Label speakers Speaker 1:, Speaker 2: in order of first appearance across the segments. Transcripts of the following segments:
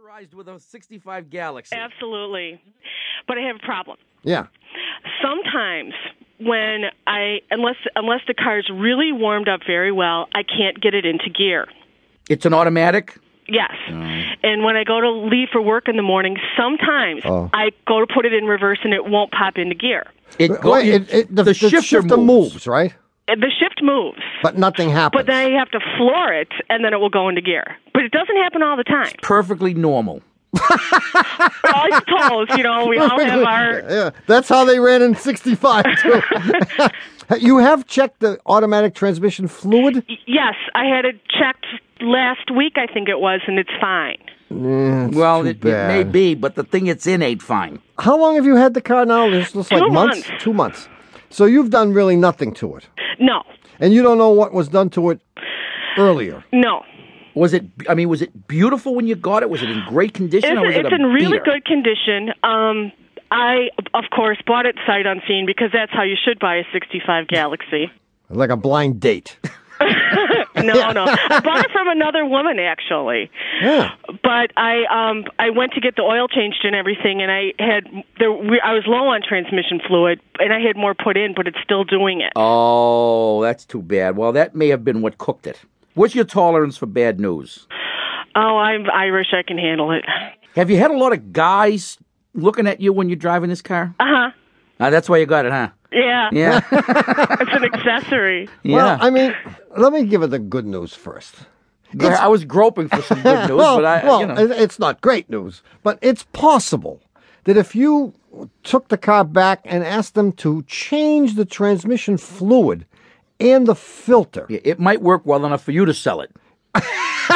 Speaker 1: prized with a 65 Galaxy.
Speaker 2: Absolutely. But I have a problem.
Speaker 3: Yeah.
Speaker 2: Sometimes when I unless unless the car's really warmed up very well, I can't get it into gear.
Speaker 3: It's an automatic.
Speaker 2: Yes. And when I go to leave for work in the morning, sometimes
Speaker 3: Oh.
Speaker 2: I go to put it in reverse and it won't pop into gear.
Speaker 1: It, go,
Speaker 3: Wait, it- it-
Speaker 1: the, shifter,
Speaker 3: moves.
Speaker 1: moves.
Speaker 3: right?
Speaker 2: And The shift moves,
Speaker 3: But nothing happens.
Speaker 2: but then I have to floor it and then it will go into gear. But it doesn't happen all the time.
Speaker 1: Perfectly normal.
Speaker 2: Well, I suppose, you know, we all have our
Speaker 3: yeah, that's how they ran in '65 too. you have checked the automatic transmission fluid.
Speaker 2: Yes, I had it checked last week, I think it was, and it's fine.
Speaker 1: well,
Speaker 3: too
Speaker 1: it, it may
Speaker 3: bad.
Speaker 1: be, but the thing it's in ain't fine.
Speaker 3: How long have you had the car now? This looks like
Speaker 2: Two
Speaker 3: months.
Speaker 2: months.
Speaker 3: Two months. So you've done really nothing to it,
Speaker 2: No,
Speaker 3: and you don't know what was done to it earlier.
Speaker 2: no.
Speaker 1: Was it? I mean, was it beautiful when you got it? Was it in great condition?
Speaker 2: It's,
Speaker 1: or was it
Speaker 2: it's
Speaker 1: a
Speaker 2: in really
Speaker 1: beater?
Speaker 2: good condition. Um, I, of course, bought it sight unseen because that's how you should buy a 65 Galaxy.
Speaker 3: Like a blind date.
Speaker 2: No, no. I bought it from another woman, actually.
Speaker 3: Yeah.
Speaker 2: But I um I went to get the oil changed and everything, and I had there we, I was low on transmission fluid, and I had more put in, but it's still doing it.
Speaker 1: Oh, that's too bad. Well, that may have been what cooked it. What's your tolerance for bad news?
Speaker 2: Oh, I'm Irish. I can handle it.
Speaker 1: Have you had a lot of guys looking at you when you're driving this car? Uh-huh. that's why you got it, huh?
Speaker 2: Yeah,
Speaker 1: Yeah.
Speaker 2: it's an accessory.
Speaker 1: yeah.
Speaker 3: Well, I mean, let me give it the good news first.
Speaker 1: I was groping for some good news,
Speaker 3: well,
Speaker 1: but I,
Speaker 3: well, uh,
Speaker 1: you know.
Speaker 3: it- it's not great news, but it's possible that if you took the car back and asked them to change the transmission fluid and the filter,
Speaker 1: Yeah, it might work well enough for you to sell it.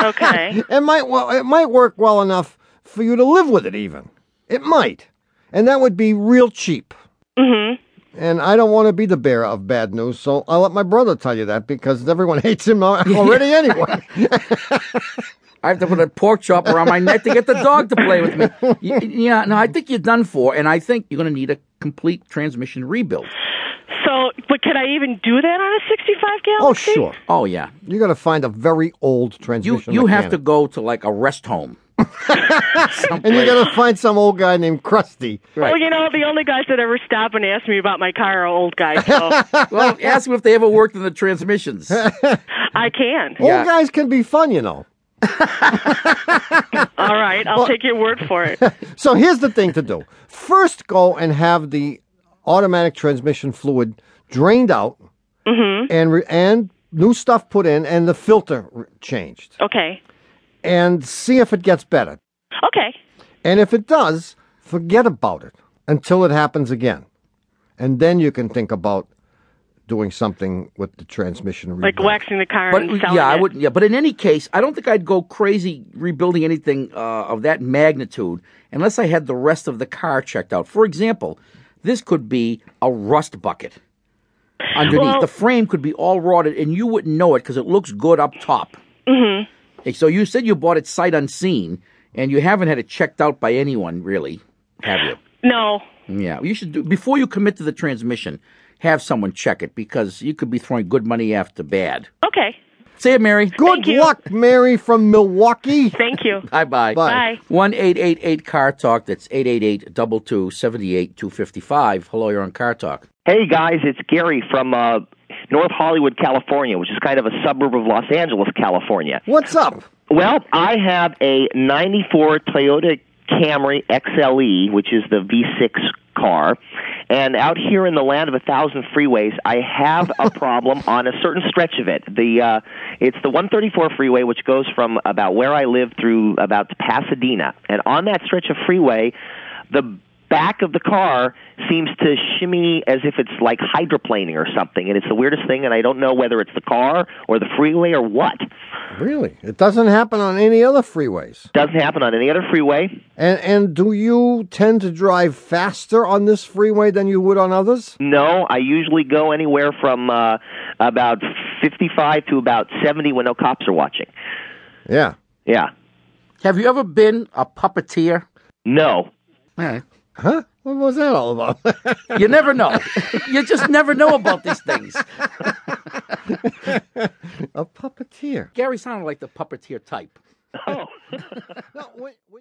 Speaker 2: Okay.
Speaker 3: it might well, it might work well enough for you to live with it. Even it might, and that would be real cheap. Mm-hmm. And I don't want to be the bearer of bad news, so I'll let my brother tell you that because everyone hates him al- already anyway.
Speaker 1: I have to put a pork chop around my neck to get the dog to play with me. Y- Yeah, no, I think you're done for, and I think you're going to need a complete transmission rebuild.
Speaker 2: So, but could I even do that on a 65
Speaker 3: oh,
Speaker 2: Galaxy?
Speaker 3: sure.
Speaker 1: Oh yeah,
Speaker 3: You're going to find a very old
Speaker 1: you
Speaker 3: transmission.
Speaker 1: you have to
Speaker 3: mechanic.
Speaker 1: go to like a rest home.
Speaker 3: and you're going to find some old guy named Krusty.
Speaker 2: Well, you know, the only guys that ever stop and ask me about my car are old guys, so
Speaker 1: Well, ask them if they ever worked in the transmissions.
Speaker 2: I can.
Speaker 1: Yeah.
Speaker 3: Old guys can be fun, you know.
Speaker 2: All right, I'll take your word for it.
Speaker 3: So here's the thing to do. First, go and have the automatic transmission fluid drained out
Speaker 2: Mm-hmm.
Speaker 3: and re- and new stuff put in and the filter re- changed
Speaker 2: Okay.
Speaker 3: and see if it gets better.
Speaker 2: Okay.
Speaker 3: And if it does, forget about it until it happens again. And then you can think about doing something with the transmission.
Speaker 2: Like
Speaker 3: rebuild.
Speaker 2: waxing the car
Speaker 1: But
Speaker 2: and selling
Speaker 1: yeah, I
Speaker 2: it.
Speaker 1: wouldn't. Yeah, but in any case, I don't think I'd go crazy rebuilding anything uh, of that magnitude unless I had the rest of the car checked out. For example, this could be a rust bucket underneath.
Speaker 2: Well-
Speaker 1: the frame could be all rotted, and you wouldn't know it because it looks good up top. Mm-hmm. So you said you bought it sight unseen, and you haven't had it checked out by anyone, really, have you?
Speaker 2: No.
Speaker 1: Yeah, you should do before you commit to the transmission. Have someone check it because you could be throwing good money after bad.
Speaker 2: Okay.
Speaker 1: Say it, Mary.
Speaker 3: Good
Speaker 2: you.
Speaker 3: luck, Mary from Milwaukee.
Speaker 2: Thank you.
Speaker 1: Bye bye.
Speaker 3: Bye.
Speaker 2: Bye.
Speaker 1: One eight eight eight Car Talk. That's 888 22 two fifty five. Hello, you're on Car Talk.
Speaker 4: Hey guys, it's Gary from uh, North Hollywood, California, which is kind of a suburb of Los Angeles, California.
Speaker 3: What's up?
Speaker 4: Well, I have a 94 Toyota Camry XLE, which is the V6 car. And out here in the land of a thousand freeways, I have a problem on a certain stretch of it. The uh, it's the 134 freeway, which goes from about where I live through about to Pasadena. And on that stretch of freeway, the back of the car seems to shimmy as if it's like hydroplaning or something. And it's the weirdest thing. And I don't know whether it's the car or the freeway or what.
Speaker 3: Really? It doesn't happen on any other freeways.
Speaker 4: Doesn't happen on any other freeway.
Speaker 3: And and do you tend to drive faster on this freeway than you would on others?
Speaker 4: No, I usually go anywhere from uh, about 55 to about 70 when no cops are watching.
Speaker 3: Yeah.
Speaker 4: Yeah.
Speaker 1: Have you ever been a puppeteer?
Speaker 4: No.
Speaker 1: Eh,
Speaker 3: Huh? What was that all about?
Speaker 1: You never know. you just never know about these things.
Speaker 3: A puppeteer.
Speaker 1: Gary sounded like the puppeteer type.
Speaker 4: Oh.
Speaker 3: No, wait, wait.